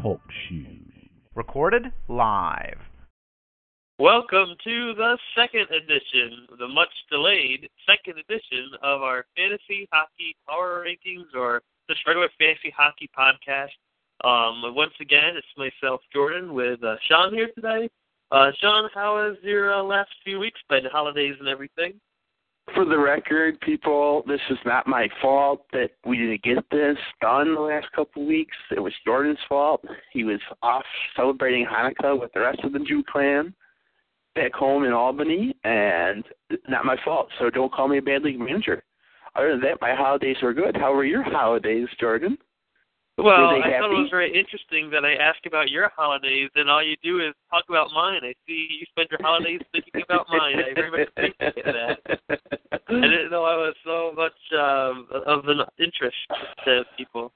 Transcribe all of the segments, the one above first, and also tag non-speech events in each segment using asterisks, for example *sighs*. Talk shoes. Recorded live. Welcome to the second edition, the much delayed second edition of our fantasy hockey power rankings or just regular fantasy hockey podcast. Um, once again, it's myself, Jordan, with uh, Sean here today. Uh, Sean, how has your uh, last few weeks been, holidays and everything? For the record, people, this is not my fault that we didn't get this done the last couple of weeks. It was Jordan's fault. He was off celebrating Hanukkah with the rest of the Jew clan back home in Albany, and not my fault. So don't call me a bad league manager. Other than that, my holidays were good. How were your holidays, Jordan? Well, Were they I thought it happy? was very interesting that I ask about your holidays, and all you do is talk about mine. I see you spend your holidays thinking about mine. I very much appreciate that. I didn't know I was so much um of an interest to people.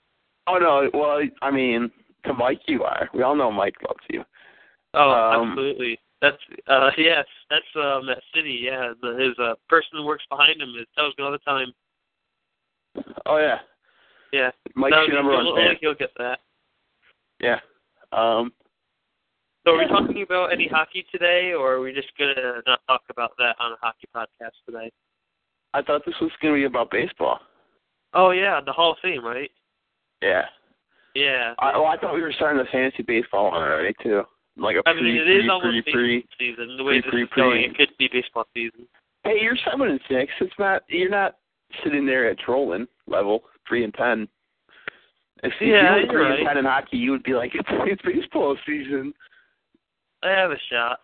Oh *laughs* no, well, I mean, to Mike, you are. We all know Mike loves you. Oh, Um, absolutely. That's uh *laughs* yeah, that's um that city, yeah. The, his uh person who works behind him is tells me all the time. Oh yeah, Yeah. Mike's No, your number he'll- one fan. only he'll get that. Yeah. Um, So are we talking about any hockey today or are we just gonna not talk about that on a hockey podcast today? I thought this was going to be about baseball. Oh yeah, the Hall of Fame, right? Yeah. Yeah. I, well, I thought we were starting the fantasy baseball one already too. Like a I mean, pre, it is pre, almost pre, baseball pre. season. The way pre- this pre- is going, pre- it could be baseball season. Hey, you're seven and six. It's not. You're not sitting there at trolling level three and ten. If you- Yeah, if you were you're three right. and ten in hockey, you would be like, *laughs* it's, it's baseball season. I have a shot.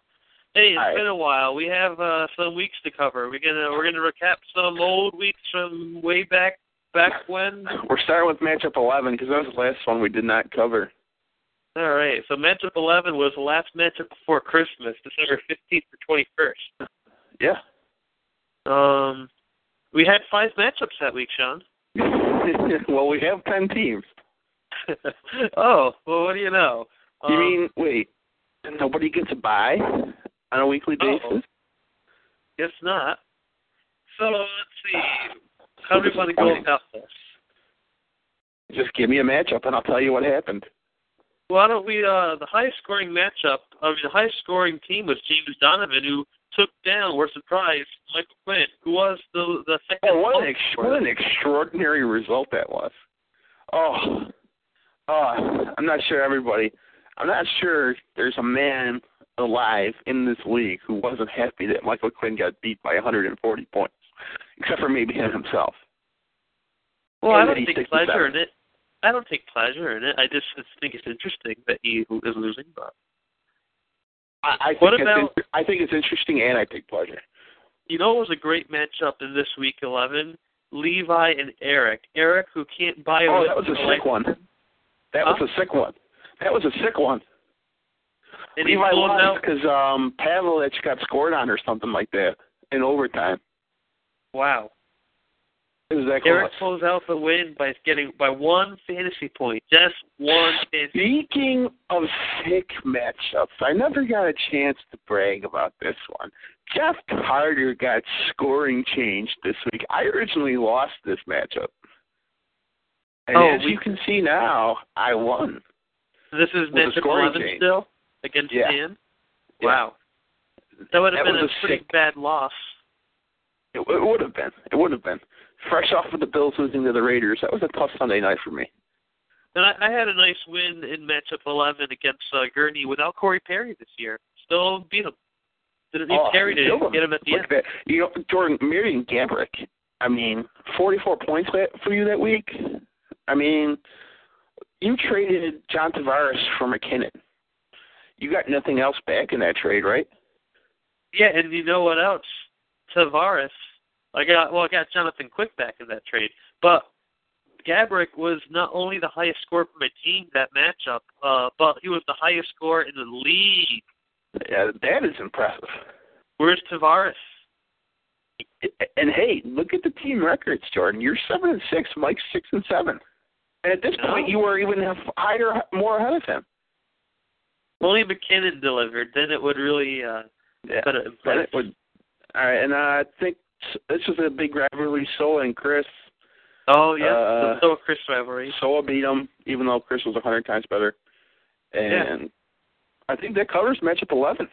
Hey, it's All right. been a while. We have uh, some weeks to cover. We're gonna we're gonna recap some old weeks from way back back when. We're starting with matchup eleven because that was the last one we did not cover. All right. So matchup eleven was the last matchup before Christmas, December fifteenth to twenty first. Yeah. *laughs* Um, we had five matchups that week, Sean. *laughs* well, we have ten teams. oh, well, what do you know? you Um, mean wait? Nobody gets a buy on a weekly Uh-oh. basis. Guess not. So let's see. How do you want to go Disappointing. about this? Just give me a matchup and I'll tell you what happened. Why don't we? Uh, the highest scoring matchup, I mean, the highest scoring team was James Donovan, who took down, we're surprised, Michael Quinn, who was the the second. Oh, what an, goal ex- scorer. what an extraordinary result that was. Oh, oh, I'm not sure everybody. I'm not sure there's a man alive in this league who wasn't happy that Michael Quinn got beat by 140 points, except for maybe him himself. Well, I And don't that he take sticks pleasure with in it. I don't take pleasure in it. I just think it's interesting that he is losing. But I, I think What it's about- inter- I think it's interesting and I take pleasure. you know, it was a great matchup in this week eleven. Levi and Eric. Eric, who can't buy. a Oh, win that was for a life, sick one. That Huh? was a sick one. That was a sick one. And Levi he pulled lost out. because um, Pavlich got scored on or something like that in overtime. Wow. It was that Eric close. pulls out the win by getting by one fantasy point. Just one fantasy. Speaking of sick matchups, I never got a chance to brag about this one. Jeff Carter got scoring changed this week. I originally lost this matchup. And Oh, as we- you can see now, I won. This is With a matchup scoring eleven change. still against Yeah. Dan. Yeah. Wow. That would have That been was a pretty sick- bad loss. It, it would have been. It would have been. Fresh off of the Bills losing to the Raiders, that was a tough Sunday night for me. And I, I had a nice win in matchup eleven against uh, Gurney without Corey Perry this year. Still beat him. Didn't need Oh, Perry he killed to him. get him at the Look end. at that. You know, Jordan Marion Gabrick. I mean, forty-four points that, for you that week. I mean, you traded John Tavares for McKinnon. You got nothing else back in that trade, right? Yeah, and you know what else? Tavares. I got well, I got Jonathan Quick back in that trade, but Gabrick was not only the highest scorer from a team that matchup, uh, but he was the highest scorer in the league. Yeah, that is impressive. Where's Tavares? And hey, look at the team records, Jordan. You're seven and six. Mike's six and seven. And at this No. point, you were even higher, more ahead of him. Only McKinnon delivered. Then it would really uh, Yeah. put it in place. Bennett would- all right, and uh, I think s- this was a big rivalry. Sola and Chris. Oh yeah, Uh, the Phil Chris rivalry. Sola beat him, even though Chris was a hundred times better. And I think that covers matchup eleven.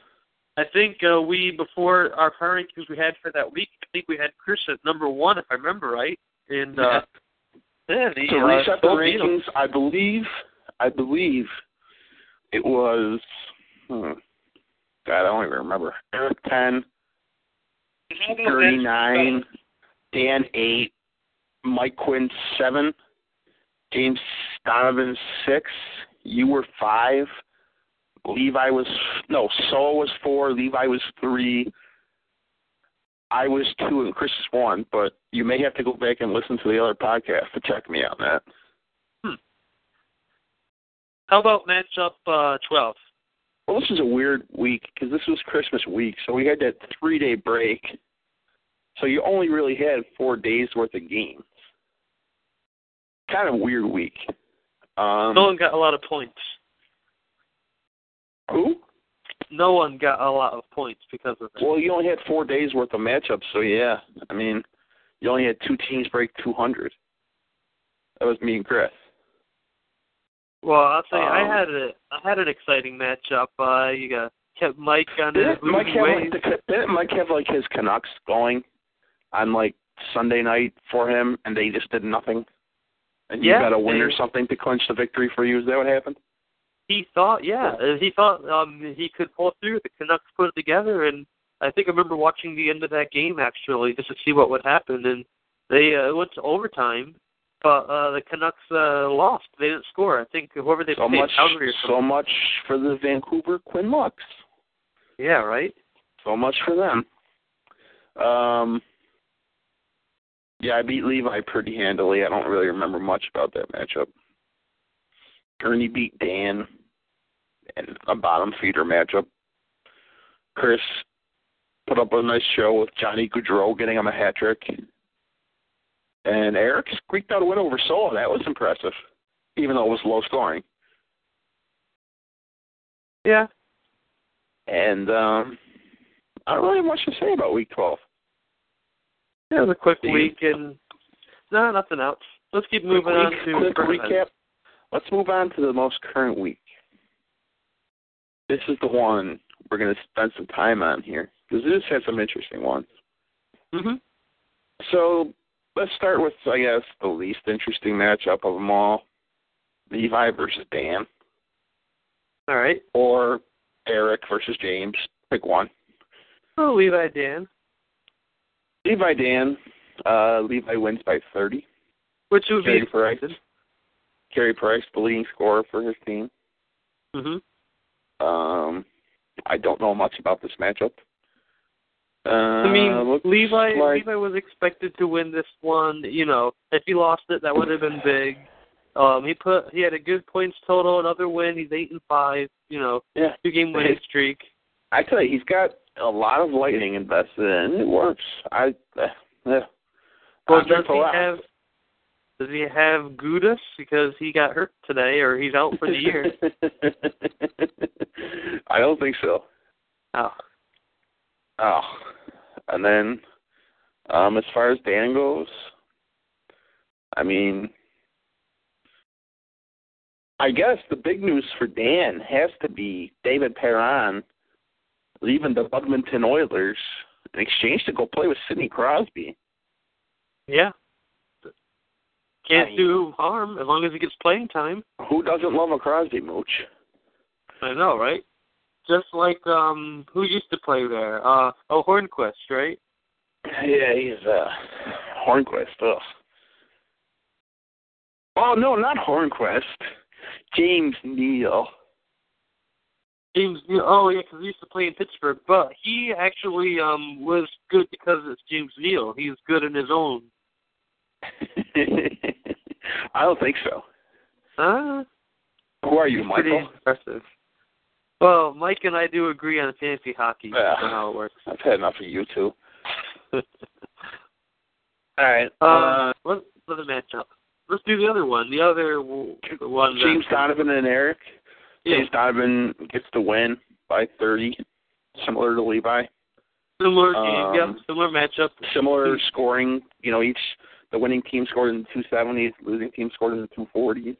I think uh, we before our hiring because we had for that week. I think we had Chris at number one, if I remember right. And uh, yeah, the, to uh, reset the Phil beat him. rankings, I believe, I believe it was. Hmm, God, I don't even remember. Eric ten, Gertie nine, Dan eight, Mike Quinn seven, James Donovan six. You were five. Levi was no. Saul was four. Levi was three. I was two and Chris is one, but you may have to go back and listen to the other podcast to check me on that. How about matchup uh, twelve? Well, this is a weird week because this was Christmas week, so we had that three day break. So you only really had four days worth of games. Kind of weird week. Um, no one got a lot of points. who? No one got a lot of points because of that. Well, you only had four days worth of matchups, so yeah. I mean, you only had two teams break 200. That was me and Chris. Well, I'll tell you, um, I had a I had an exciting matchup. Uh, you got kept Mike on his Didn't Mike, losing have, ways. like, the, didn't Mike have like his Canucks going on like Sunday night for him, and they just did nothing? And Yeah, you got a win they- or something to clinch the victory for you. Is that what happened? he thought, yeah, uh, he thought um he could pull through. The Canucks put it together, and I think I remember watching the end of that game actually just to see what would happen. And they uh, went to overtime, but uh, the Canucks uh, lost. They didn't score. I think whoever they so played, much, Calgary or so something. much for the Vancouver Quinn Lux. yeah, right. So much for them. Um, yeah, I beat Levi pretty handily. I don't really remember much about that matchup. Gurney beat Dan in a bottom feeder matchup. Chris put up a nice show with Johnny Goudreau getting him a hat trick. And Eric squeaked out a win over Saul. That was impressive, even though it was low scoring. Yeah, And um, I don't really have much to say about Week 12. it was a quick Yeah. week, and no, nothing else. Let's keep moving Quick on week- to quick current recap. events. Let's move on to the most current week. This is the one we're going to spend some time on here because this has some interesting ones. Mhm. So let's start with, I guess, the least interesting matchup of them all: Levi versus Dan, All right. or Eric versus James. Pick one. Oh, Levi Dan, Levi Dan. Uh, Levi wins by 30. which would be Carey Price. Carey Price, the leading scorer for his team. hmm Um, I don't know much about this matchup. Uh, I mean, looks Levi like- Levi was expected to win this one. You know, if he lost it, that would have been big. Um, he put he had a good points total, another win. He's eight and five. You know, yeah, two game winning streak. I tell you, he's got a lot of lightning invested in. It works. I, uh, yeah. Well, Andre Uh, does he Palat. have does he have Gudas because he got hurt today or he's out for the year? *laughs* I don't think so. oh. Oh, and then, um, as far as Dan goes, I mean, I guess the big news for Dan has to be David Perron leaving the Edmonton Oilers in exchange to go play with Sidney Crosby. Yeah. Can't I- do harm as long as he gets playing time. Who doesn't love a Crosby mooch? I know, right? Just like um who used to play there? Uh oh Hornquist, right? Yeah, he's uh, Hornquist. Ugh. Oh no, not Hornquist. James Neal. James, Neal- oh yeah, 'cause he used to play in Pittsburgh, but he actually um was good because it's James Neal. He's good in his own. *laughs* I don't think so. Uh, Who are you, it's pretty Michael? impressive. Well, Mike and I do agree on fantasy hockey. Yeah. I don't know how it works. I've had enough of you *laughs* two. All right. Uh, Uh, let's do the matchup. Let's do the other one. The other w- the one. that- James Donovan and Eric. um, Yeah, James Donovan gets the win by 30, similar to Levi. similar um, game. Yep, similar matchup. Similar scoring, you know, each the winning team scored in the 270s, losing team scored in the 240s.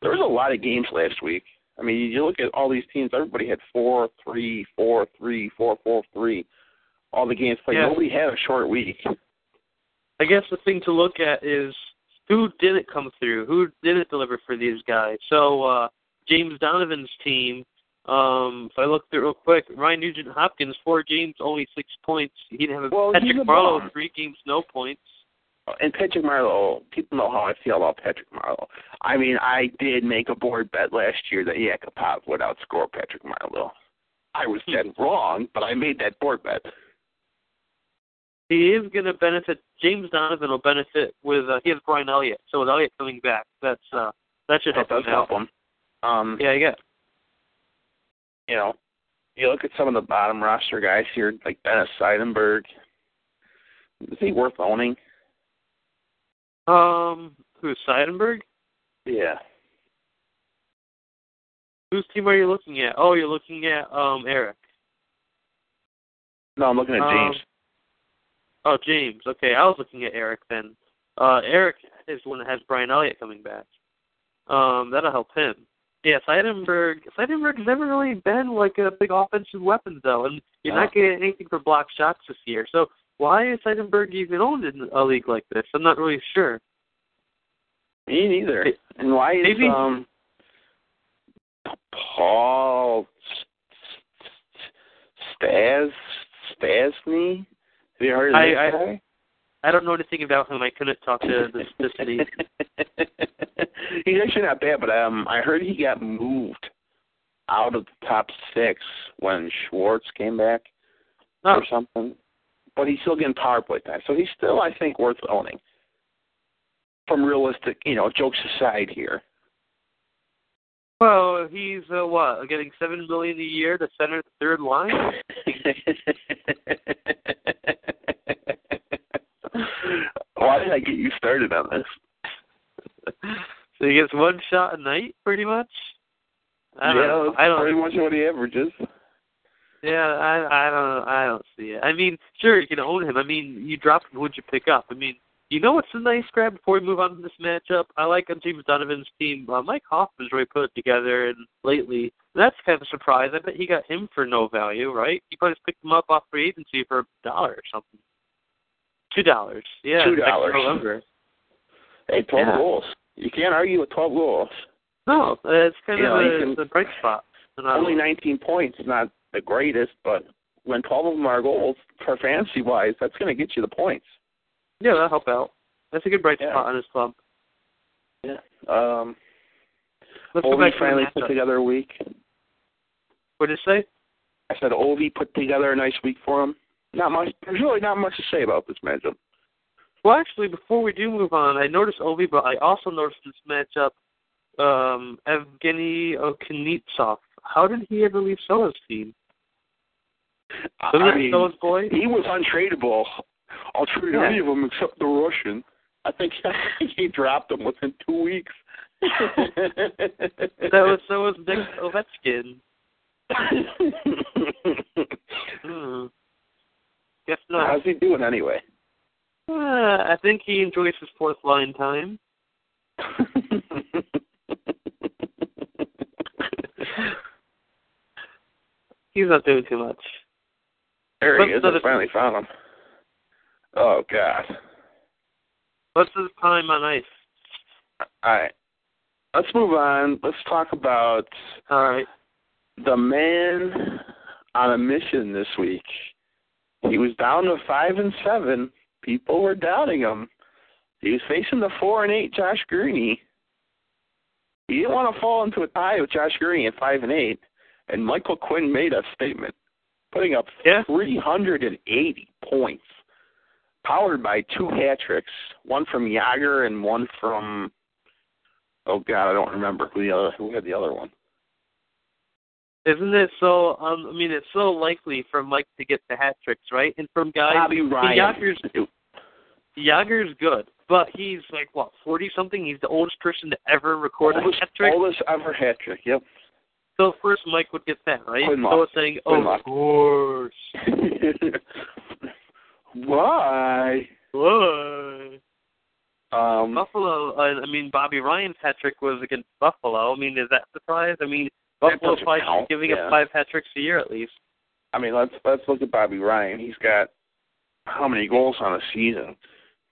There was a lot of games last week. I mean, you look at all these teams; everybody had four, three, four, three, four, four, three. All the games played. Yeah. Nobody had a short week. I guess the thing to look at is who didn't come through, who didn't deliver for these guys. So uh, James Donovan's team, um, if I look through it real quick, Ryan Nugent Hopkins, four games, only six points. He didn't have a Well, he's Patrick a Marlowe, bomb. three games, no points. And Patrick Marlowe, people know how I feel about Patrick Marlowe. I mean, I did make a board bet last year that Yakupov would outscore Patrick Marlowe. I was dead wrong, but I made that board bet. He is going to benefit. James Donovan will benefit with uh, he has Brian Elliott. So with Elliott coming back, that's uh, that should help That does him out. help him. Um, Yeah, yeah. you know, you look at some of the bottom roster guys here, like Dennis Seidenberg. Is he worth owning? Um, who's Seidenberg? Yeah. Whose team are you looking at? Oh, you're looking at um Eric. No, I'm looking at Um, Uh, James. Oh, James. Okay, I was looking at Eric then. Uh, Eric is the one that has Brian Elliott coming back. Um, that'll help him. Yeah, Seidenberg. Seidenberg's never really been like a big offensive weapon though, and you're not getting anything for block shots this year. So why is Seidenberg even owned in a league like this? I'm not really sure. Me neither. Hey, And why is maybe- um Paul Staz Stasny? Have you heard of I- that I- guy? I don't know anything about him. I couldn't talk to the the city. *laughs* He's actually not bad, but um, I heard he got moved out of the top six when Schwartz came back Oh, or something. But he's still getting power play time, so he's still, I think, worth owning. From realistic, you know, jokes aside *laughs* here. well, he's uh, what getting seven million a year to center the third line. Why did I get you started on this? *laughs* so he gets one shot a night, pretty much. I don't. yeah, know. that's I don't. pretty much what he averages. Yeah, I. I don't. I don't see it. I mean, sure, you can own him. I mean, you dropped him. Who'd you pick up? I mean, you know what's a nice grab before we move on to this matchup. I like on James Donovan's team. Uh, Mike Hoffman's really put it together, and lately that's kind of a surprise. I bet he got him for no value, right? He probably just picked him up off free agency for a dollar or something. Two dollars. Yeah. Two back in dollars. November. Hey, twelve Yeah. goals. You can't argue with twelve goals. No, it's kind You of know, a, you can- it's a bright spot. And I Only like- nineteen points, not the greatest, but when twelve of them are goals for fantasy wise, that's going to get you the points. Yeah, that'll help out. That's a good bright Yeah. spot on his club. Yeah. Um, Let's go Ovi back to finally the put matchup. together a week. What did you say? I said Ovi put together a nice week for him. Not much. There's really not much to say about this matchup. Well, actually, before we do move on, I noticed Ovi, but I also noticed this matchup, um, Evgeny Okunitsov. How did he ever leave Soa's team? I- Wasn't I that mean, Soa's boy? he was untradeable. I'll trade Yeah. any of them except the Russian. I think *laughs* he dropped him within two weeks. *laughs* That was so was Nick Ovechkin. Hmm. Guess not. How's he doing anyway? *laughs* Uh, I think he enjoys his fourth line time. He's not doing too much. there he Let's is. do I the- finally found him. Oh God! What's his time on ice? All right, let's move on. Let's talk about All right. the man on a mission this week. He was down to five and seven. People were doubting him. He was facing the four and eight Josh Greeny. He didn't want to fall into a tie with Josh Greeny at five and eight. And Michael Quinn made a statement, putting up Yeah. 380 points, powered by two hat tricks, one from Yager and one from Oh God, I don't remember who the other who had the other one. Isn't it so? Um, I mean, it's so likely for Mike to get the hat tricks, right? And from guys, Bobby Ryan. Yockers- Yager's good, but he's like what forty something. He's the oldest person to ever record a oldest, hat trick. oldest ever hat trick. Yep. *laughs* So first, Mike would get that, right? Quinn Lock. so it's saying, Quinn "Oh, Lock. of course." Why? Whoa. Um, Buffalo. Uh, I mean, Bobby Ryan's hat trick was against Buffalo. I mean, is that surprise? I mean, That Buffalo doesn't probably count, giving yeah. up five hat tricks a year at least. I mean, let's let's look at Bobby Ryan. He's got how many goals on a season?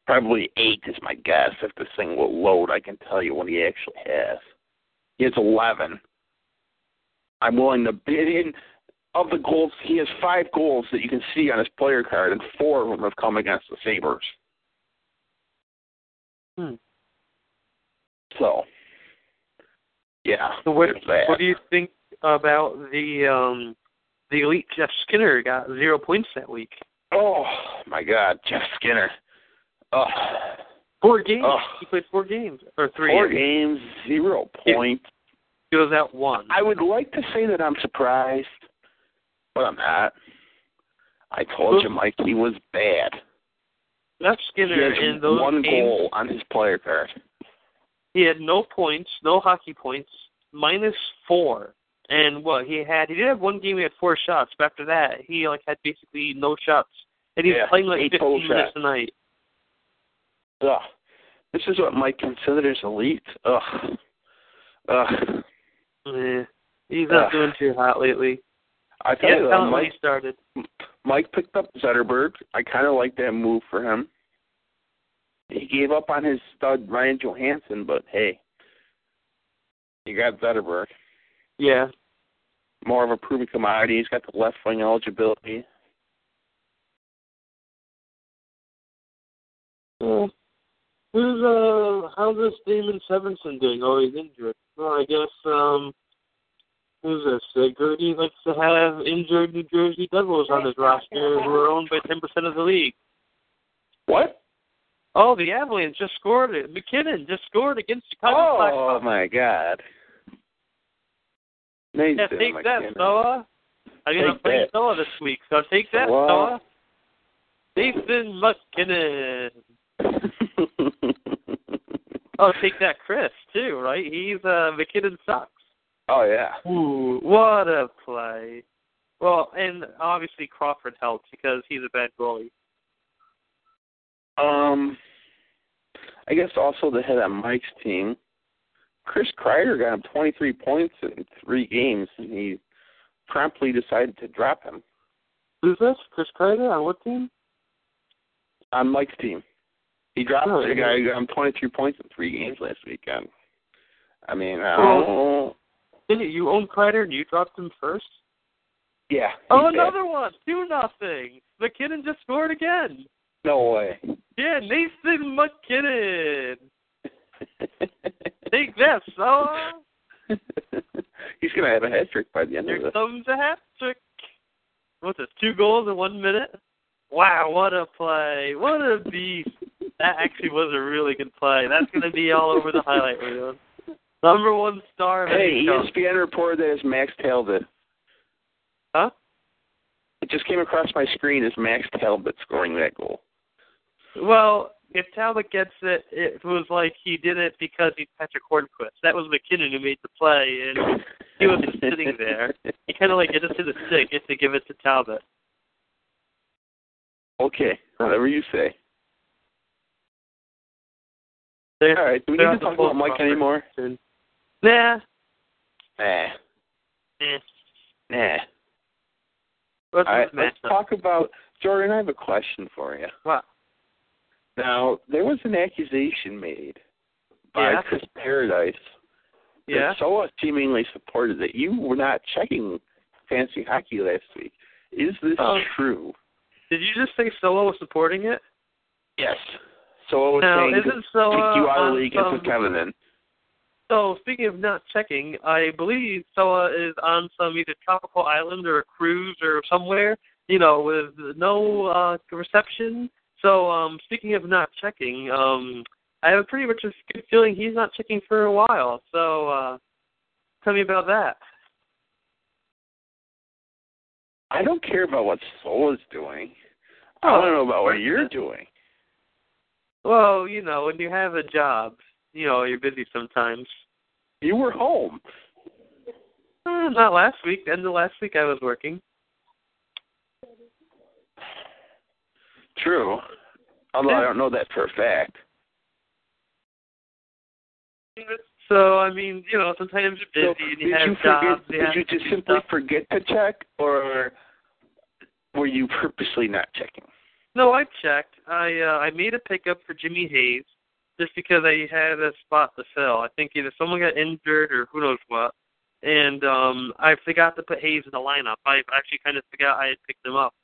Probably eight is my guess. If this thing will load, I can tell you what he actually has. He has eleven. I'm willing to bid in of the goals. He has five goals that you can see on his player card, and four of them have come against the Sabers. Hmm. So, yeah. So what, there's that. what do you think about the um the elite Jeff Skinner got zero points that week? Oh my God, Jeff Skinner. Oh, Four games. Ugh. He played four games or three. four games, zero Yeah. points. He was out one. I would like to say that I'm surprised, but I'm not. I told you, Mike, he was bad. Jeff He Skinner has in those one games, goal on his player card. he had no points, no hockey points, minus four. And what he had, he did have one game. He had four shots, but after that, he like had basically no shots. And he's Yeah, playing like eight 15 total minutes shots. a night. Ugh. This is what Mike considers elite. Ugh. Ugh. Eh, he's not Ugh. doing too hot lately. I He tell had you, though, talent when Mike, he started. Mike picked up Zetterberg. I kind of like that move for him. He gave up on his stud Ryan Johansson, but hey, you got Zetterberg. Yeah, More of a proven commodity. He's got the left wing eligibility. Uh, who's uh how's this Damon Sevenson doing? Oh, he's injured. Well, I guess um who's this? Uh, Gertie likes to have injured New Jersey Devils on his roster who are owned by ten percent of the league. What? Oh, the Avalanche just scored it. McKinnon just scored against Chicago Oh my God. Blackhawks. Yeah, take that, Noah. I'm gonna Take play that. Noah this week, so take that, Wow. Noah. Nathan McKinnon. Oh, take that, Chris too, right? He's uh McKinnon sucks. *laughs* oh yeah. Ooh, what a play! Well, and obviously Crawford helped because he's a bad goalie. Um, I guess also the head on Mike's team, Chris Kreider got him 23 points in three games, and he promptly decided to drop him Who's this? Chris Kreider on what team? on Mike's team. He dropped Oh, the yeah. guy who got him 23 points in three games last weekend. I mean, uh, I Well- don't- Didn't you own Kreider and you dropped him first? yeah. he's Oh, bad. another one, two nothing. McKinnon just scored again. No way. *laughs* Yeah, Nathan McKinnon. Take that, son. He's gonna have a hat trick by the end of Here this. comes a hat trick. What's this? Two goals in one minute. Wow, what a play! What a beast! That actually was a really good play. That's going to be all over the highlight reel. Number one star. of Hey, E any show. ESPN reported that his Max Talbot. Huh? It just came across my screen as Max Talbot scoring that goal. Well, if Talbot gets it, it was like he did it because he's Patrick Hornquist. That was McKinnon who made the play, and *laughs* He was just sitting there. he kind of like it just hit the stick. It's to give it to Talbot. Okay, whatever you say. There, All right, do we there on need to the talk full about Mike Crawford. anymore? Nah. Nah, eh. nah. What's All right, this let's matchup? talk about Jordan. I have a question for you. What? Now, there was an accusation made by Yeah. Chris Paradise that Yeah. Soa seemingly supported that you were not checking fancy hockey last week. Is this Oh. true? Did you just say Solo was supporting it? Yes. Soa was Now, saying to isn't Solo kick you out on of the league some- and put Kevin in. So, speaking of not checking, I believe Soa is on some either tropical island or a cruise or somewhere, you know, with no uh, reception. So, um, speaking of not checking, um, I have a pretty much a good feeling he's not checking for a while. So uh, tell me about that. I don't care about what Soul is doing. I Oh, don't know about what right. you're doing. Well, you know, when you have a job, you know, you're busy sometimes. You were home. Uh, not last week. End of last week, I was working. True. Although I Yeah. don't know that for a fact. So I mean, you know, sometimes you're So, busy and did you have you jobs. forget? you have did you to just do simply stuff. forget to check, or were you purposely not checking? No, I checked. I uh, I made a pickup for Jimmy Hayes just because I had a spot to fill. I think either someone got injured or who knows what. And um I forgot to put Hayes in the lineup. I actually kind of forgot I had picked him up.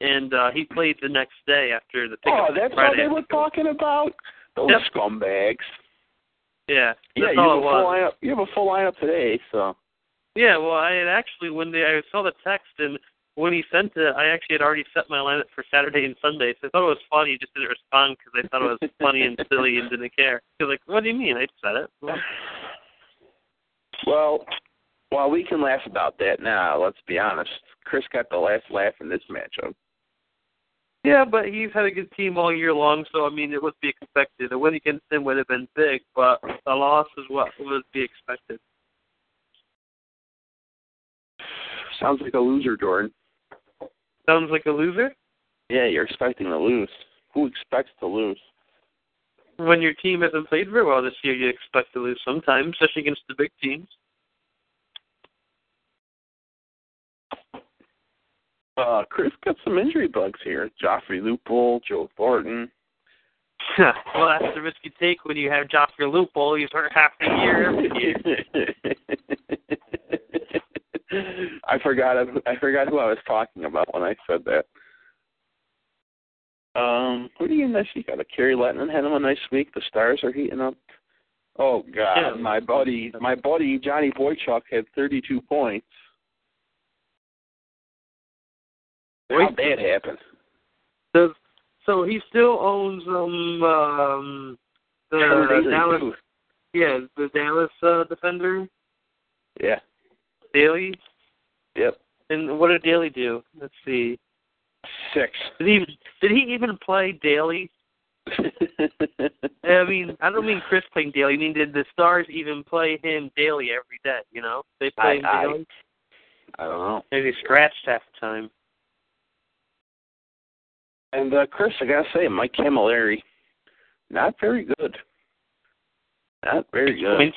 And uh he played the next day after the pickup. oh, that's all Friday. they were talking about. Those Yep. scumbags. Yeah, Yeah, that's you all have it a was. full lineup. You have a full lineup today, so Yeah, well, I had actually when they, I saw the text and when he sent it, I actually had already set my lineup for Saturday and Sunday. So I thought it was funny. Just didn't respond because I thought it was funny and silly and didn't care. He was like, "What do you mean? I said it." Well, well, while we can laugh about that now, let's be honest. Chris got the last laugh in this matchup. yeah, but he's had a good team all year long, so I mean, it would be expected. A win against him would have been big, but a loss is what would be expected. Sounds like a loser, Jordan. Sounds like a loser Yeah, you're expecting to lose. Who expects to lose? when your team hasn't played very well this year. You expect to lose sometimes, especially against the big teams. Uh, Chris got some injury bugs here. Joffrey Lupul, Joe Thornton. *laughs* well, that's the risk you take when you have Joffrey Loophole. You start half the *laughs* year every year. I forgot. I forgot who I was talking about when I said that. Um, who do you miss? You got a Kerry Letton had him a nice week. The stars are heating up. Oh God, Yeah. my buddy, my buddy Johnny Boychuk had 32 points. How'd that happen? So, so he still owns um, um the Dallas, 32. yeah, the Dallas uh, defender Yeah. Daly. Yep. And what did Daly do? Let's see. Six. *laughs* Did he did he even play Daly? I mean, I don't mean Chris playing Daly. I mean, did the Stars even play him daily every day? You know, they play him I- I- daily. I don't know. Maybe scratched half the time. And uh, Chris, I gotta say, Mike Camilleri, not very good. Not very good. Points,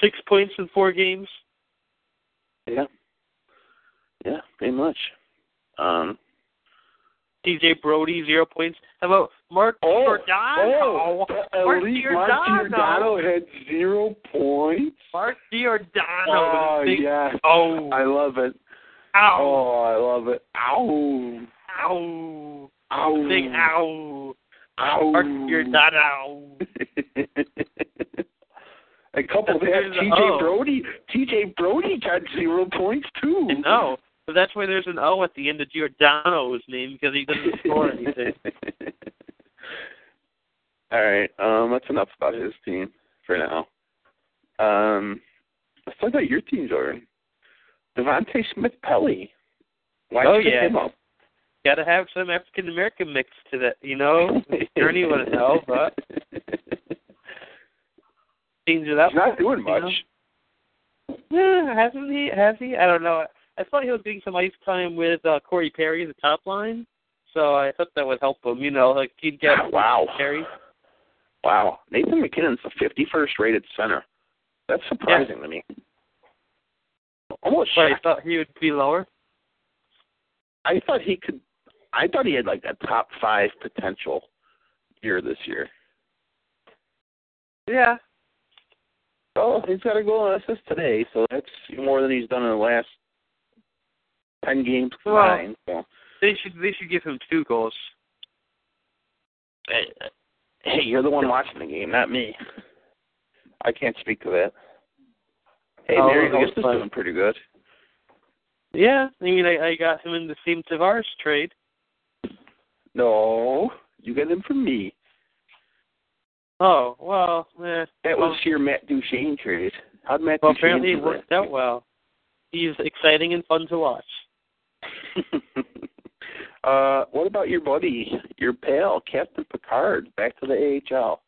six points in four games. Yeah. Yeah, pretty much. Um. DJ Brody, zero points. How about Mark Oh. Giordano? the Mark elite Giordano. Mark Giordano had zero points. Mark Giordano. oh Big- yes, Oh, I love it. ow, Oh, I love it. Ow, ow. ow, Big ow. ow. Mark *laughs* Giordano. And couple That's that there's a- TJ oh. Brody, TJ Brody got zero points too. And no, but that's why there's an O at the end of Giordano's name because he doesn't *laughs* score anything. All right, um, that's enough about his team for now. Um, let's talk about your team, Jordan. Devontae Smith Pelly. Why Oh, pick yeah. him up? Got to have some African American mix to that, you know. Oh, Journey wouldn't know, *laughs* but- Change it up. he's not doing much. Yeah, *sighs* hasn't he? Has he? I don't know. I thought he was getting some ice time with uh, Corey Perry, the top line. So I thought that would help him. You know, like he'd get Ah, wow. Perry. Wow. Nathan McKinnon's the fifty first rated center. That's surprising to me. Almost But I shocked. thought he would be lower. I thought he could I thought he had like a top five potential year this year. Yeah. Oh, he's got a goal and assist today, so that's more than he's done in the last ten games Well- combined. so. They should they should give him two goals. Hey, you're the one watching the game, not me. I can't speak to that. Hey, Oh, Mary I guess Host is fine. doing pretty good. Yeah. I mean I, I got him in the same Tavares trade. No, you get him from me. Oh well, eh. That was your Matt Duchene trade. How'd Matt Well, Duchene apparently do it worked that? out well. He's exciting and fun to watch. *laughs* uh, what about your buddy, your pal, Captain Picard, back to the AHL?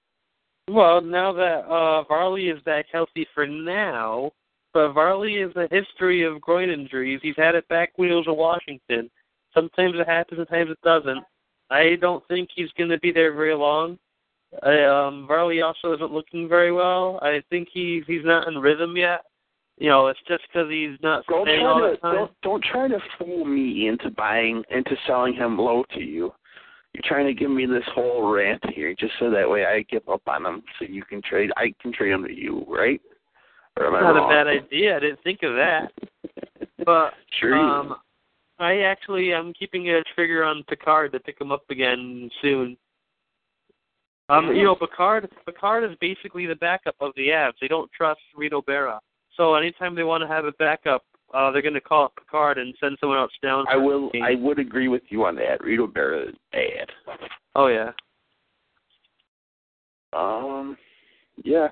Well, now that uh Varley is back healthy for now, but Varley has a history of groin injuries. He's had it back when he was in Washington. Sometimes it happens, sometimes it doesn't. I don't think he's going to be there very long. I, um, Varley also isn't looking very well. I think he's he's not in rhythm yet. You know, it's just because he's not Don't playing all try the to time. don't, don't try to fool me into buying into selling him low to you. You're trying to give me this whole rant here just so that way I give up on him so you can trade I can trade him to you, right? Or am I Not a wrong? bad idea. I didn't think of that. But Sure. you- Um, I actually I'm keeping a trigger on Picard to pick him up again soon. Um, you know, Picard Picard is basically the backup of the Avs. They don't trust Rito Berra, so anytime they want to have a backup, uh, they're going to call up Picard and send someone else down. I will I would agree with you on that. Rito Berra is bad. Oh yeah. Um, yeah.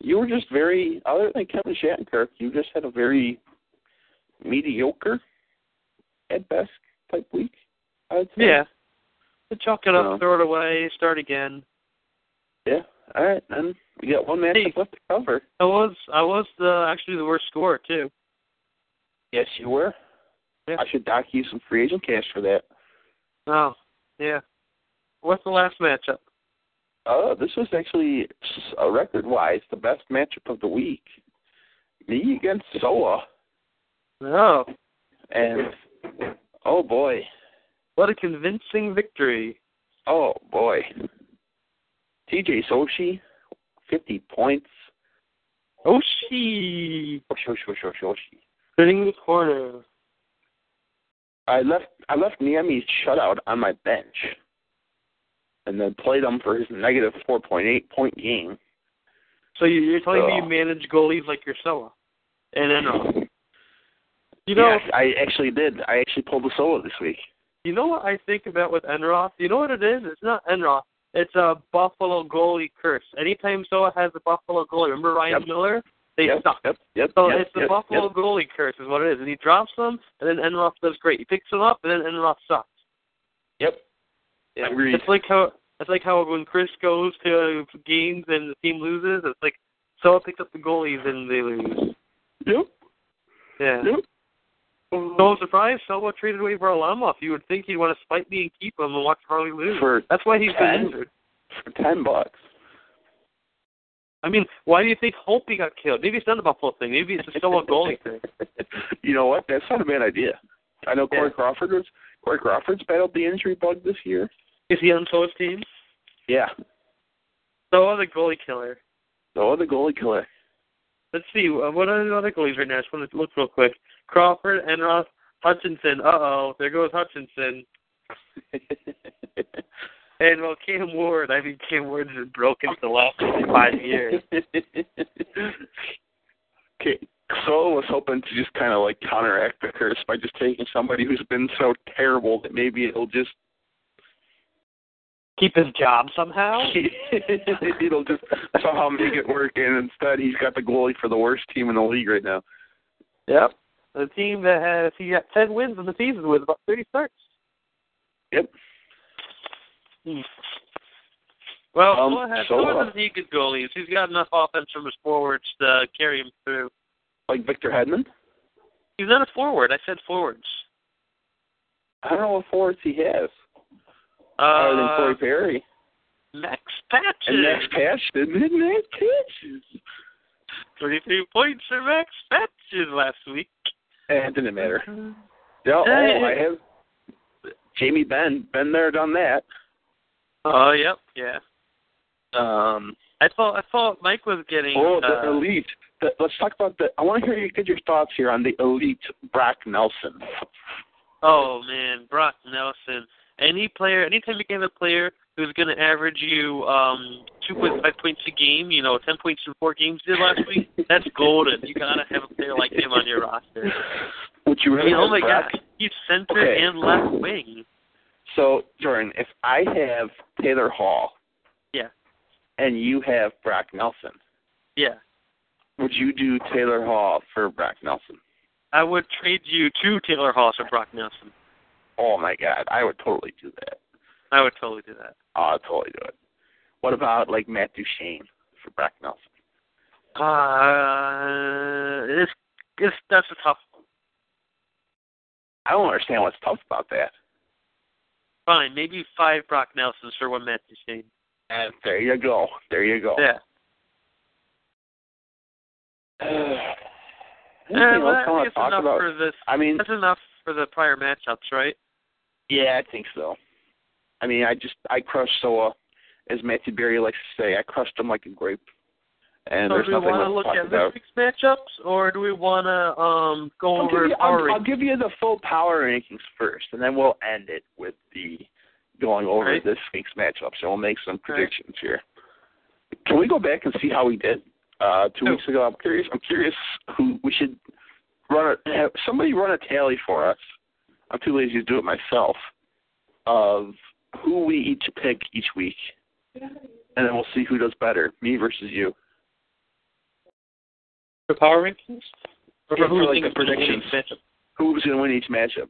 You were just very, other than Kevin Shattenkirk, you just had a very mediocre, at best, type week. I would say. Yeah. They chalk it up, So- throw it away, start again. Yeah. All right. Then we got one matchup left to cover. I was I was the actually the worst scorer too. Yes, you were. Yeah. I should dock you some free agent cash for that. Oh yeah. What's the last matchup? Uh, this was actually, s- uh, record wise, the best matchup of the week. Me against Soa. Oh, And, oh boy. what a convincing victory! Oh boy. TJ Soshi, fifty points. Oh, Oh, she Oshi, oshi, oshi, oshi, oshi. turning the corner. I left I left Niemi's shutout on my bench. And then played him for his negative four point eight point game. So you, you're telling me Oh. you manage goalies like your Soa, and then uh, *clears throat* you know Yes, I actually did. I actually pulled the solo this week. you know what I think about with Enroth. You know what it is? It's not Enroth. It's a Buffalo goalie curse. Anytime Soa has a Buffalo goalie, remember Ryan Yep. Miller? They yep, suck. Yep, yep. So yep, it's the yep, Buffalo yep. goalie curse, is what it is. And he drops them, and then Enroth does great. He picks them up, and then Enroth sucks. Yep. Yeah. Agreed. It's like how it's like how when Chris goes to games and the team loses, it's like Soa picks up the goalies and they lose. Yep. Yeah. Yep. So I'm surprised Selma traded away Varlamov. You would think he'd want to spite me and keep him and watch Varley lose. For That's why he's Ten? been injured. for ten bucks. I mean, why do you think Holpe got killed? Maybe it's not a Buffalo thing. Maybe it's a Selma *laughs* goalie thing. you know what? That's not a bad idea. I know Corey Yeah. Crawford was Corey Crawford's battled the injury bug this year. Is he on Soa's team? Yeah. Soa the goalie killer. So the goalie killer. Let's see. uh, What are the other goalies right now? I just want to look real quick. Crawford and Ross Hutchinson. Uh oh, there goes Hutchinson. And well, Cam Ward. I mean, Cam Ward's been broken for the last *laughs* five years. *laughs* Okay. Solo was hoping to just kind of like counteract the curse by just taking somebody who's been so terrible that maybe it'll just *laughs* Keep his job somehow. it'll just somehow make it work. And instead, he's got the goalie for the worst team in the league right now. Yep. The team that has he got ten wins in the season with about thirty starts. Yep. Hmm. Well, Um, Tua has so, Tua uh, doesn't need good goalies. He's got enough offense from his forwards to carry him through. Like Victor Hedman. He's not a forward. I said forwards. I don't know what forwards he has other than Uh, Corey Perry Max and Max Patches. Patches. Didn't Max Patches? Twenty-three points for Max Patches last week. Eh, It didn't matter. No, Hey. oh, I have Jamie Ben. Been there, done that. Oh, yep, yeah. Um, I thought I thought Mike was getting. oh, uh, the elite. The, let's talk about the. I want to hear you get your thoughts here on the elite Brock Nelson. Oh man, Brock Nelson. Any player, anytime you get a player who's going to average you um 2.5 points a game, you know, 10 points in four games you did last *laughs* week, that's golden. You gotta have a player like him on your roster. Would you I really? mean, oh have my Brock? god, he's center Okay. and left wing. So Jordan, if I have Taylor Hall, Yeah. and you have Brock Nelson, Yeah. would you do Taylor Hall for Brock Nelson? I would trade you to Taylor Hall for Brock Nelson. Oh my God, I would totally do that. I would totally do that. I would totally do it. What about like Matt Duchene for Brock Nelson? Uh, it's, it's that's a tough one. I don't understand what's tough about that. Fine, maybe five Brock Nelsons for one Matt Duchene. And there you go. There you go. *sighs* Yeah. Anything Eh, well, else I I think want it's to talk enough about? for this. I mean, That's enough for the prior matchups, right? yeah, I think so. I mean, I just I crushed Soa, as Matthew Berry likes to say. I crushed him like a grape. And so there's do we nothing want left to to look talk at about. this week's matchups, or do we want to um go I'll give, over you, power I'll, I'll give you the full power rankings first, and then we'll end it with the going over Alright. this week's matchups, and we'll make some predictions here. Can we go back and see how we did uh, two Sure. weeks ago? I'm curious. I'm curious who we should run. A, have somebody run a tally for us. I'm too lazy to do it myself. Of who we each pick each week, and then we'll see who does better, me versus you. for power rankings? Or Yeah, who for, you think like, the is gonna win predictions. each matchup? Who's going to win each matchup?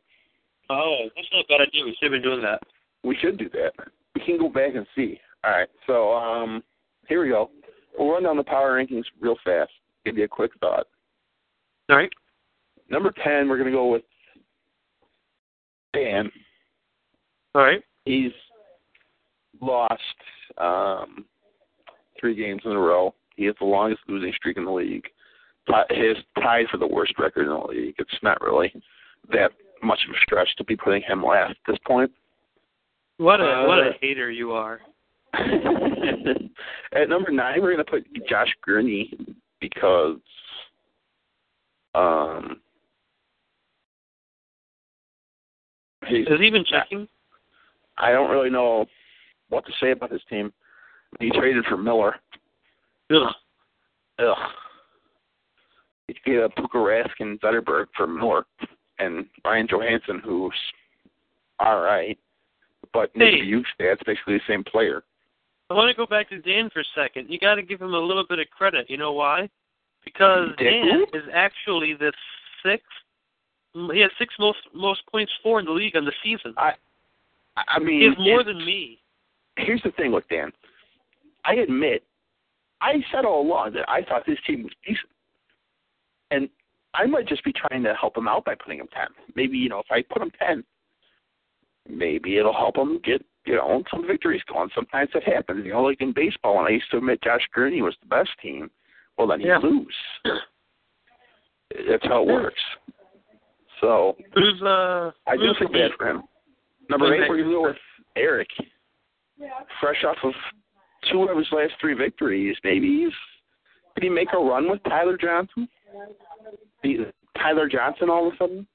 Oh, that's not a bad idea. We should have been doing that. We should do that. We can go back and see. All right. So um, here we go. We'll run down the power rankings real fast. Give you a quick thought. All right. Number ten, we're gonna go with Dan. All right. He's lost um, three games in a row. He has the longest losing streak in the league. Ti- His tied for the worst record in the league. It's not really that much of a stretch to be putting him last at this point. What a Uh, what a hater you are. *laughs* At number nine, we're gonna put Josh Gurney because um he's, Has he been checking? I don't really know what to say about his team. He traded for Miller. Ugh. Ugh. He gave up Puka Rask and Zetterberg for Miller and Ryan Johansson, who's all right, but Hey. Nick Buke's dad's basically the same player. I want to go back to Dan for a second. You got to give him a little bit of credit. You know why? Because Dick Dan move? is actually the sixth. He has six most most points for in the league on the season. I I mean, He has more it's- than me. here's the thing with Dan. I admit, I said all along that I thought this team was decent, and I might just be trying to help him out by putting him ten. Maybe you know, if I put him ten, maybe it'll help him get you know some victories going. Sometimes that happens. You know, like in baseball, when I used to admit Josh Gurney was the best team, well then he Yeah. would lose. That's how it works. So Who's uh? I do who's feel the- bad for him. Number eight, we're going to go with Eric. Fresh off of two of his last three victories, maybe he's, did he make a run with Tyler Johnson? The- Tyler Johnson all of a sudden?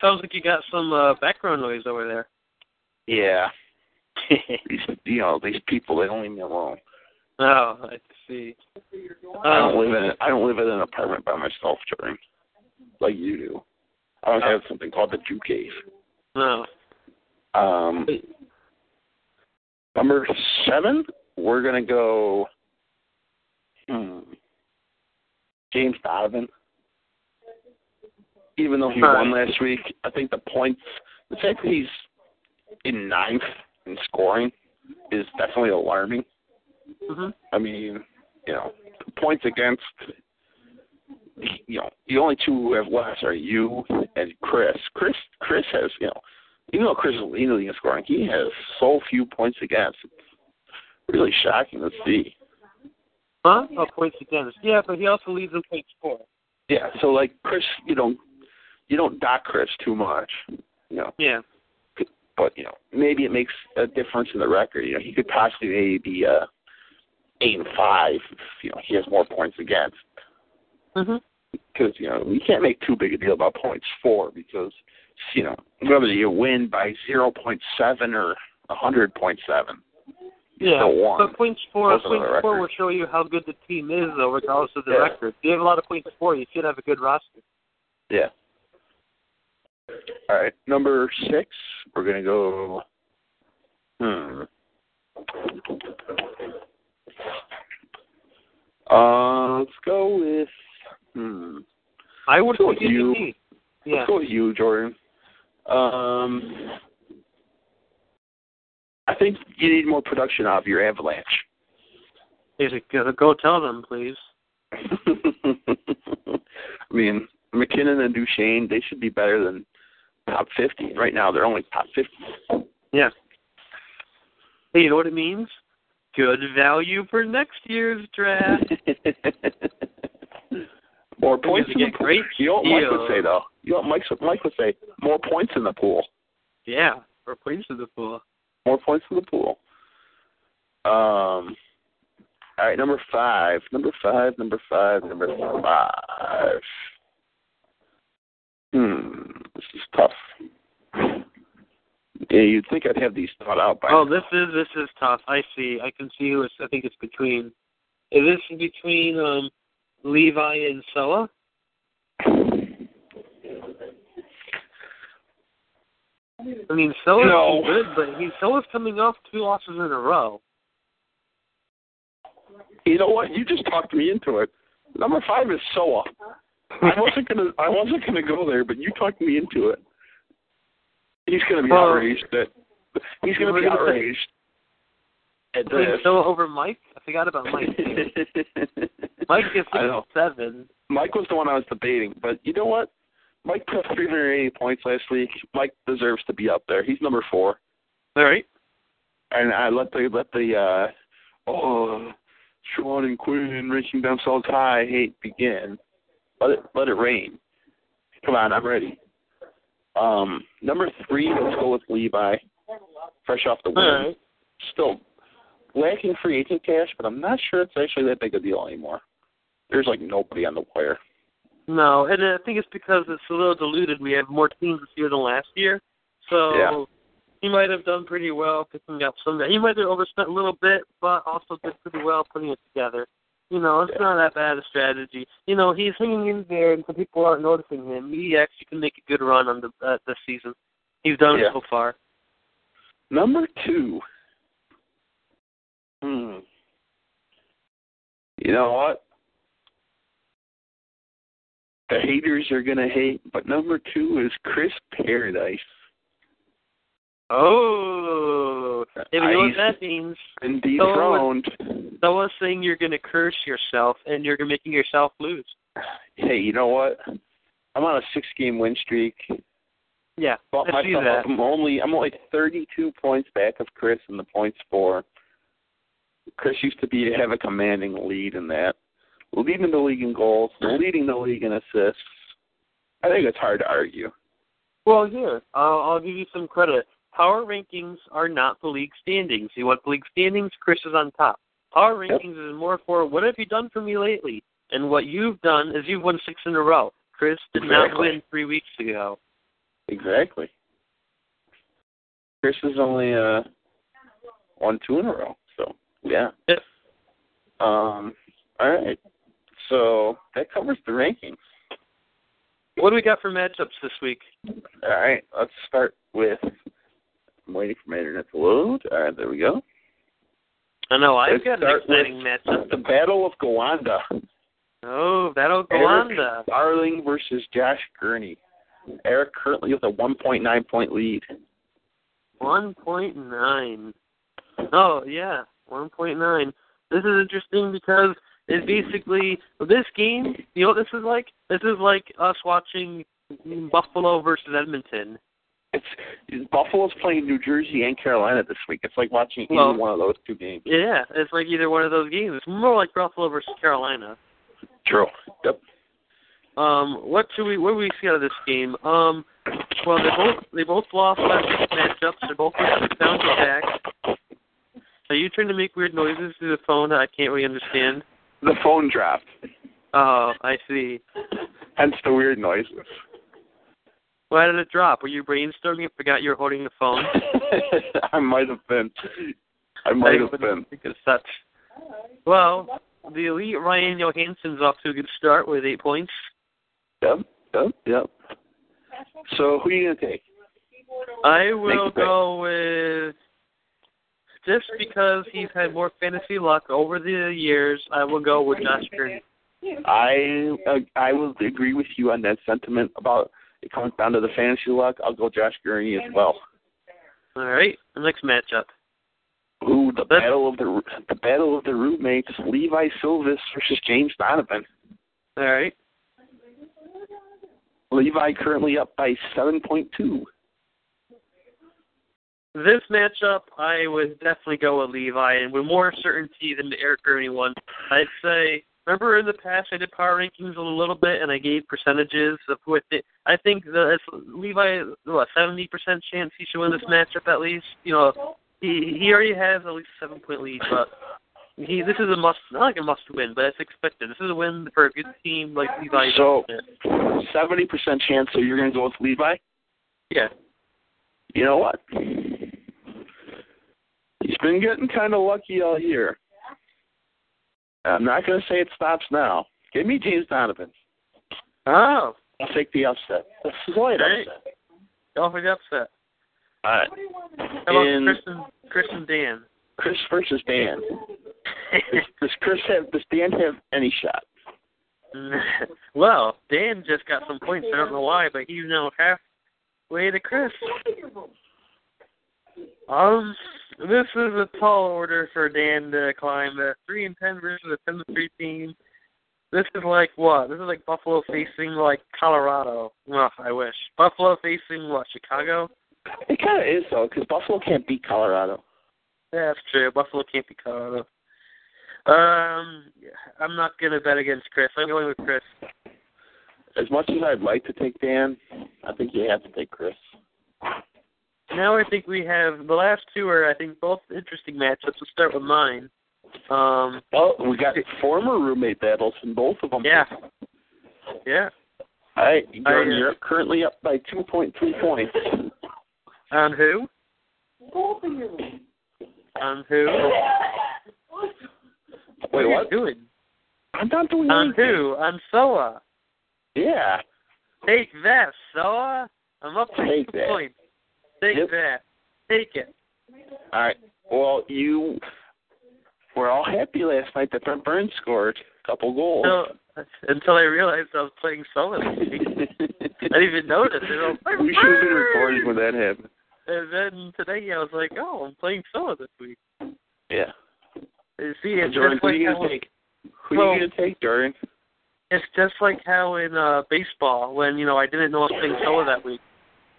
Sounds like you got some uh background noise over there. *laughs* Yeah. These, you know, these people, they don't leave me alone. oh, I see. I don't Um, live in I don't live in an apartment by myself, Jordan, like you do. I don't have something called the Jew cave. no. Um, number seven, we're gonna go. Hmm, James Donovan. Even though he won last week, I think the points, the fact that he's in ninth in scoring, is definitely alarming. Mhm. I mean, you know, points against, you know, the only two who have less are you and Chris. Chris, Chris has, you know, even though Chris is leading in scoring, he has so few points against. It's really shocking to see. Huh? Oh, points against. Yeah, but he also leads in points for. Yeah, so like Chris, you don't, you don't dock Chris too much, you know. Yeah. But you know, maybe it makes a difference in the record. You know, he could possibly maybe be uh, eight and five. If, you know, he has more points against. Mhm. because you know we can't make too big a deal about points four because you know whether you win by zero point seven or a hundred point seven, you Yeah. still won. But points for Those are the points for will records. show you how good the team is, though, regardless of the Yeah. record. If you have a lot of points for, you should have a good roster. Yeah. All right, number six, we're gonna go. Hmm. Uh, let's go with hmm. I would So put you- UCP. Yeah. Let's go with you, Jordan. Um, I think you need more production out of your avalanche. He's like, "Go- go tell them, please. I mean, McKinnon and Duchesne, they should be better than top 50. Right now, they're only top *laughs* 50. Yeah. Hey, you know what it means? Good value for next year's *laughs* draft. more points you in the get pool. great You know what Mike would deals. say, though? You know what Mike, Mike would say? More points in the pool. yeah, or points to the pool. More points in the pool. Um, all right, number five. Number five, number five, number five. Hmm, this is tough. Yeah, you'd think I'd have these thought out by Oh, now. this is this is tough. I see. I can see who it's. I think it's between. Is this between um, Levi and Sella? I mean, Sella's No. good, but he Sella's coming off two losses in a row. You know what? You just talked me into it. Number five is Soa. I wasn't gonna. I wasn't gonna go there, but you talked me into it. He's gonna be Well- outraged that he's gonna What be do you think? outraged at Between this. Sella over Mike. I forgot about *laughs* Mike. too. Mike gets I know. seven. Mike was the one I was debating, but you know what? Mike put up 380 points last week. Mike deserves to be up there. He's number four. All right. and I let the let the uh oh Sean and Quinn reaching themselves high hate begin. Let it let it rain. Come on, I'm ready. Um, number three, let's go with Levi, fresh off the win. All right. Still lacking free agent cash, but I'm not sure it's actually that big a deal anymore. There's like nobody on the wire. No, and I think it's because it's a little diluted. We have more teams this year than last year, so Yeah. he might have done pretty well picking up some. He might have overspent a little bit, but also did pretty well putting it together. You know, it's Yeah. not that bad a strategy. You know, he's hanging in there, and some people aren't noticing him. He actually can make a good run on the uh, this season. He's done it Yeah. so far. Number two. Hmm. You know what? The haters are gonna hate, but number two is Chris Paradise. Oh, if you know what Ice. that means. And Oh, dethroned. Someone's saying you're going to curse yourself, and you're making yourself lose. Hey, you know what? I'm on a six game win streak. Yeah, Bought I see myself that. up. I'm only I'm only thirty two points back of Chris and the points for Chris used to be have a commanding lead in that. Leading the league in goals, leading the league in assists. I think it's hard to argue. Well, here, I'll, I'll give you some credit. Power rankings are not the league standings. You want the league standings? Chris is on top. Power Yep. rankings is more for what have you done for me lately? And what you've done is you've won six in a row. Chris did not Exactly. win three weeks ago. Exactly. Chris is only uh won two in a row, so yeah. Yep. Um all right. So that covers the rankings. What do we got for matchups this week? All right, let's start with. I'm waiting for my internet to load. All right, there we go. I know I've Let's got an start exciting with matchup. The Battle of Gowanda. Oh, that'll go on Eric the. Darling versus Josh Gurney. Eric currently with a 1.9 point lead. One point nine. Oh yeah, one point nine. This is interesting because it basically this game. You know what this is like? This is like us watching Buffalo versus Edmonton. It's Buffalo's playing New Jersey and Carolina this week. It's like watching either Well- one of those two games. Yeah, it's like either one of those games. It's more like Buffalo versus Carolina. True. Yep. Um, what should we? What do we see out of this game? Um, well, they both they both lost last week's matchups. They both went down to back. Are you trying to make weird noises through the phone that I can't really understand? The phone dropped, Oh, I see. hence the weird noises. *laughs* *laughs* Why did it drop? Were you brainstorming and forgot you were holding the phone? I might have been. I I might have been. wouldn't think it's such. Well, the elite Ryan Johansson's off to a good start with eight points. Yep. Yep. Yep. So who are you gonna take? I will Thank you, Craig. go with just because he's had more fantasy luck over the years, I will go with Josh Green. I uh, I will agree with you on that sentiment about it comes down to the fantasy luck. I'll go Josh Gurney as well. All right, the next matchup. Ooh, the battle of the the battle of the roommates, Levi Silvis versus James Donovan. All right, Levi currently up by seven point two. this matchup I would definitely go with Levi, and with more certainty than the Eric Gurney one. I'd say. Remember in the past I did power rankings a little bit, and I gave percentages of who I think. I think the it's Levi what seventy percent chance he should win this matchup at least. You know, he he already has at least seven point lead, but he this is a must not like a must win, but it's expected. This is a win for a good team like Levi. So- Seventy percent chance, so you're going to go with Levi. yeah, You know what? He's been getting kind of lucky all year. I'm not going to say it stops now. Give me James Donovan. oh, I'll take the upset. The slight Hey. upset. go for the upset. All right. How about In- Kristen Kristen *laughs* Dan? Chris versus Dan. Does, does Chris have? Does Dan have any shot? *laughs* well, Dan just got some points. I don't know why, but he's now halfway to Chris. Um, this is a tall order for Dan to climb. The three and ten versus a ten and three team. This is like what? This is like Buffalo facing like Colorado. Well, I wish Buffalo facing what? Chicago. It kind of is though, because Buffalo can't beat Colorado. Yeah, that's true. Buffalo can't be Colorado. Um, I'm not gonna bet against Chris. I'm going with Chris. As much as I'd like to take Dan, I think you have to take Chris. now I think we have the last two are I think both interesting matchups. Let's start with mine. Um, Oh, we got former roommate battles in both of them. yeah, yeah. All right, I, uh, you're, you're currently up by 2.3 points. On who? On who? Wait, are you what? doing? I'm not doing On anything. who? On Soa. Yeah. Take that, Soa. I'm up by Take two that. points. Take Yep. that. Take it. All right. Well, you were all happy last night that Brent Burns scored a couple goals. *laughs* So until I realized I was playing Soa. I this week. I didn't even notice. It was like, we should have been recording when that happened. and then today I was like, oh, I'm playing Soa this week. Yeah. You See, it's Jordan, just who are like you how- gonna take? Who Well- are you gonna take, *laughs* Jordan? It's just like how in uh baseball when you know I didn't know I was playing solo that week.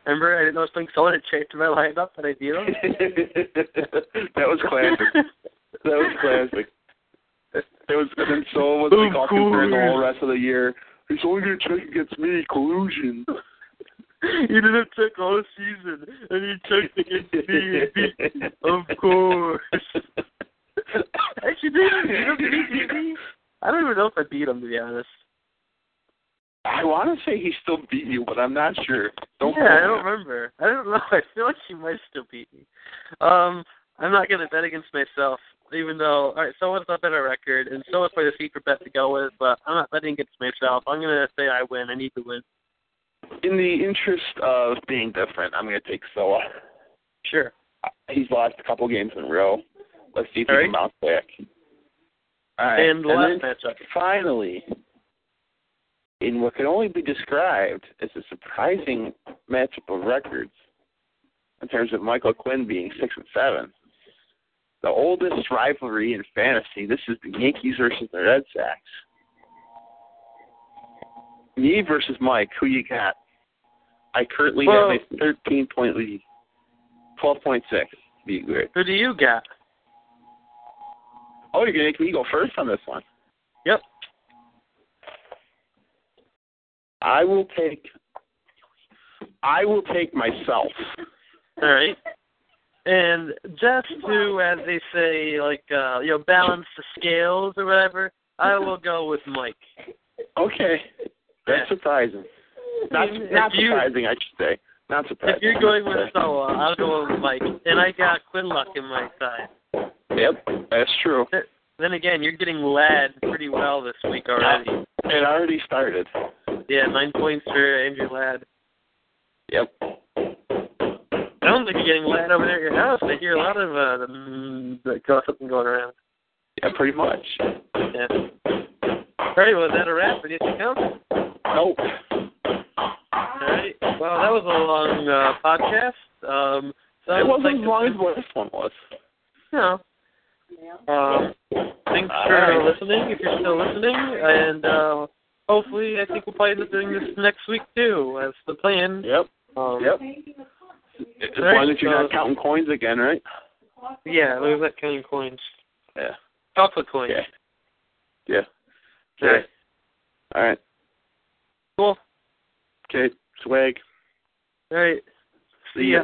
Remember, I didn't know I was playing solo. and It changed my lineup up, and I *laughs* did it. that was classic. that was classic. It was and then someone was Of like all concerned the course. whole rest of the year. He's only gonna check against me, *laughs* collusion. *laughs* you didn't check all season, and you checked against me. and beat me. Of course. Actually, did you know, did he beat me? I don't even know if I beat him to be honest. *laughs* I wanna say he still beat you, but I'm not sure. Don't yeah, I quote me. don't remember. I don't know. *laughs* I feel like she might still beat me. Um, I'm not gonna bet against myself, even though all right, someone's not better record, and so is probably the secret bet to go with. But I'm not betting against myself. I'm gonna say I win. I need to win. in the interest of being different, I'm going to take Soa. Sure. He's lost a couple games in a row. Let's see if he All can right. bounce back. All right. And the last then matchup. finally, in what can only be described as a surprising matchup of records, in terms of Michael Quinn being six and seven, the oldest rivalry in fantasy. This is the Yankees versus the Red Sox. Me versus Mike. Who you got? I currently Well- have a thirteen point lead. Twelve point six. Be great. Who do you got? Oh, you're gonna make me go first on this one. Yep. I will take. I will take myself. All *laughs* right. And just to, as they say, like uh, you know, balance the scales or whatever. I will go with Mike. Okay. That's Yeah. surprising. Not If not you- surprising, I should say. Not surprising. If you're going with Soa, I'll go with Mike, and I got Quinluck in my side. Yep, that's true. Then again, you're getting lad pretty well this week already. It already started. Yeah, nine points for Andrew Ladd. Yep. Sounds like you're getting loud over there at your house. I hear a lot of uh, the mm, the gossiping going around. Yeah, pretty much. Yeah. All right, well, is that a wrap? Did you come? Nope. All right. Well, that was a long uh, podcast. Um, so I it would like wasn't as to- long as what this one was. No. Um, thanks All for right. listening, if you're still listening, and uh, hopefully I think we'll probably end up doing this next week too. That's the plan. Yep. Um, Yep. As long as you're not so- counting coins again, right? Yeah, look at that counting coins. Yeah. Chocolate coins. Yeah. Yeah. All right. All right. Cool. Okay. Swag. All right. See ya.